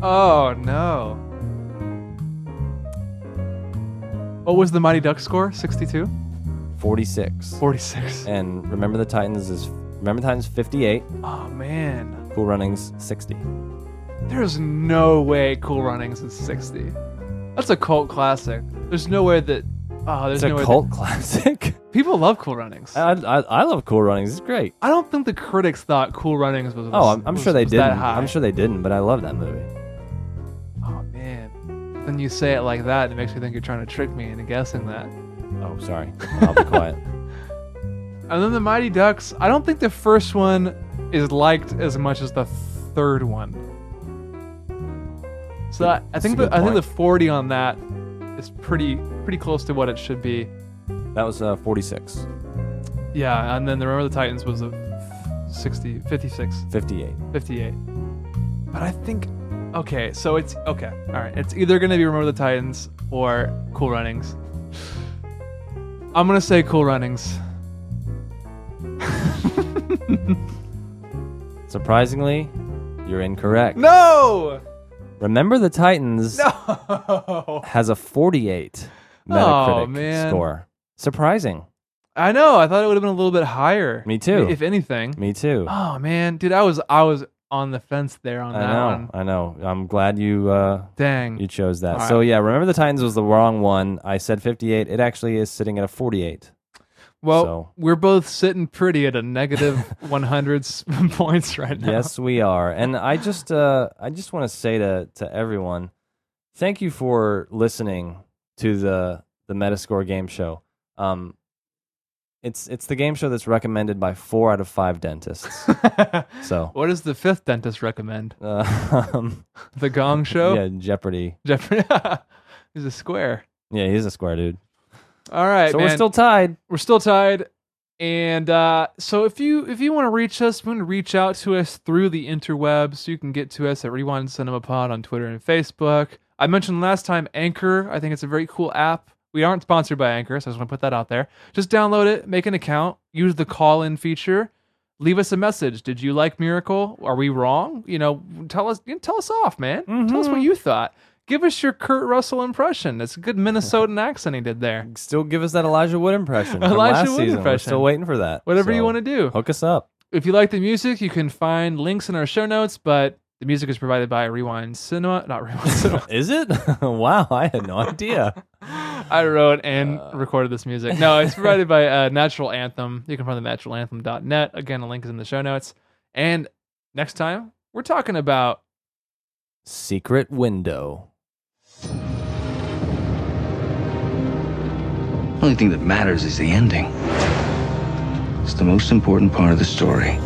Oh, no. What was the Mighty Duck score? 62? 46. 46. And Remember the Titans is Remember the Titans 58. Oh, man. Cool Runnings 60. There's no way Cool Runnings is 60. That's a cult classic. There's no way that. Oh, there's It's no a way. cult classic. That, people love Cool Runnings. I, I, I love Cool Runnings. It's great. I don't think the critics thought Cool Runnings was. Oh, I'm, I'm was- sure they was didn't. That high. I'm sure they didn't, but I love that movie. Oh man, when you say it like that, it makes me think you're trying to trick me into guessing that. Oh, sorry. I'll be quiet. And then the Mighty Ducks. I don't think the first one is liked as much as the third one. So I, I That's a think good the, I think point. the 40 on that is pretty pretty close to what it should be. That was uh, 46, Yeah, and then the Remember the Titans was a 60, 56, 58. 58. But I think, okay, so it's, okay, all right. It's either going to be Remember the Titans or Cool Runnings. I'm going to say Cool Runnings. Surprisingly, you're incorrect. No! Remember the Titans No! has a 48 Metacritic man. score. Surprising. I know. I thought it would have been a little bit higher. Me too. If anything. Me too. Oh man, dude, I was I was on the fence there on I that know. one. I know. I'm glad you uh, Dang. you chose that. All So right. yeah, remember the Titans was the wrong one. I said 58. It actually is sitting at a 48. well, so- we're both sitting pretty at a negative 100 s- points right now. Yes, we are. And I just uh I just want to say to to everyone, thank you for listening to the the Metascore game show. Um it's it's the game show that's recommended by 4 out of 5 dentists. So What does the fifth dentist recommend? uh, um, The Gong Show? yeah, Jeopardy. Jeffrey is a square. Yeah, he's a square dude. All right, so we're man. still tied. we're still tied and uh, so if you if you want to reach us want to reach out to us through the interwebs you can get to us at rewind cinema pod on twitter and facebook i mentioned last time anchor i think it's a very cool app we aren't sponsored by anchor so i just want to put that out there just download it make an account use the call in feature leave us a message did you like miracle are we wrong you know tell us you know, tell us off man tell us what you thought give us your kurt russell impression it's a good minnesotan accent he did there Still give us that Elijah Wood impression. from Elijah last Wood season. We're impression. still waiting for that. Whatever you So wanna do. Hook us up. if you like the music, you can find links in our show notes, but the music is provided by Rewind Cinema, not Rewind Cinema. Is it? wow, I had no idea. I wrote and Uh. recorded this music. No, it's provided by uh, Natural Anthem. You can find the naturalanthem.net. Again, the link is in the show notes. And next time, we're talking about Secret window. only thing that matters is the ending. It's the most important part of the story.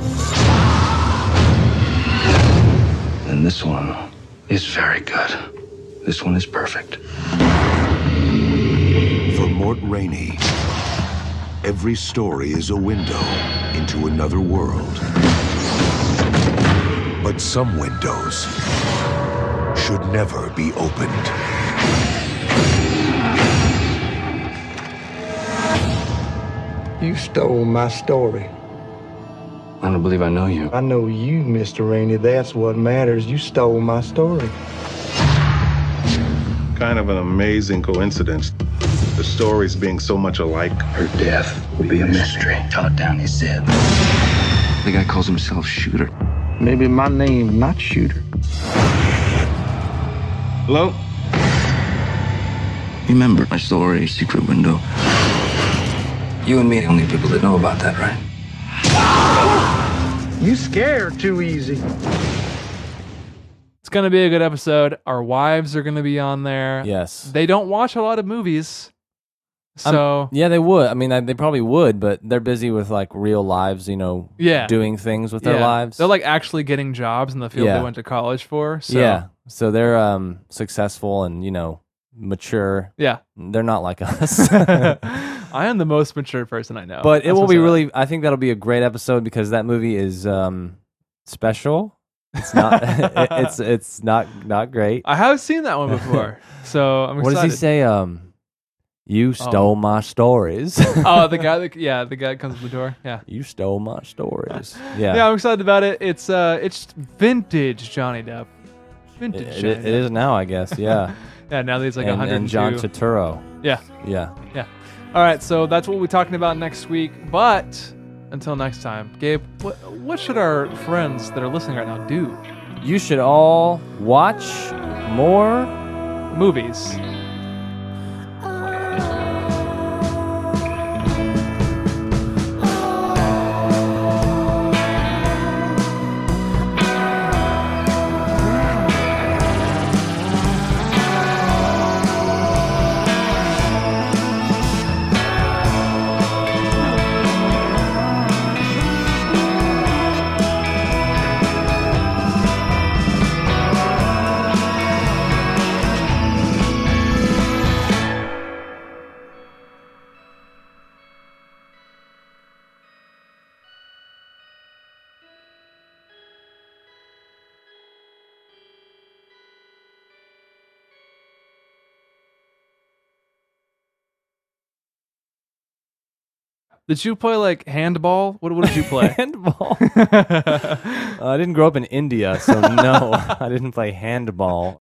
And this one is very good. This one is perfect. For Mort Rainey, every story is a window into another world. But some windows should never be opened. You stole my story. I don't believe I know you. I know you, Mr. Rainey. That's what matters. You stole my story. Kind of an amazing coincidence. The stories being so much alike. Her death will be a mystery. Taught down, he said. The guy calls himself Shooter. Maybe my name, not Shooter. Hello? Remember my story, Secret Window. You and me, the only people that know about that, right? You scare too easy. it's going to be a good episode. Our wives are going to be on there. Yes. They don't watch a lot of movies. So, Um, Yeah, they would. I mean, I, they probably would, but they're busy with like real lives, you know, Yeah. doing things with their yeah, lives. They're like actually getting jobs in the field Yeah. they went to college for. So, yeah. So they're um successful and, you know, mature. Yeah. They're not like us. I am the most mature person I know. but it Oh, That's will what's be up. really I think that'll be a great episode because that movie is um special. It's not it- it's it's not not great. I have seen that one before, so I'm What excited. does he say um you stole my stories. Oh, the guy that yeah, the guy that comes to the door. Yeah. you stole my stories. Yeah, I'm excited about it. It's uh, it's vintage Johnny Depp. It- Vintage. it- Johnny it Depp. is now, I guess. Yeah, Yeah, now that he's like and, 100. and John Turturro. yeah, Yeah, yeah. All right, so that's what we're talking about next week. But until next time, Gabe, what what should our friends that are listening right now do? you should all watch more Movies. Did you play like handball? What what did you play? handball. Uh, I didn't grow up in India, so no, I didn't play handball.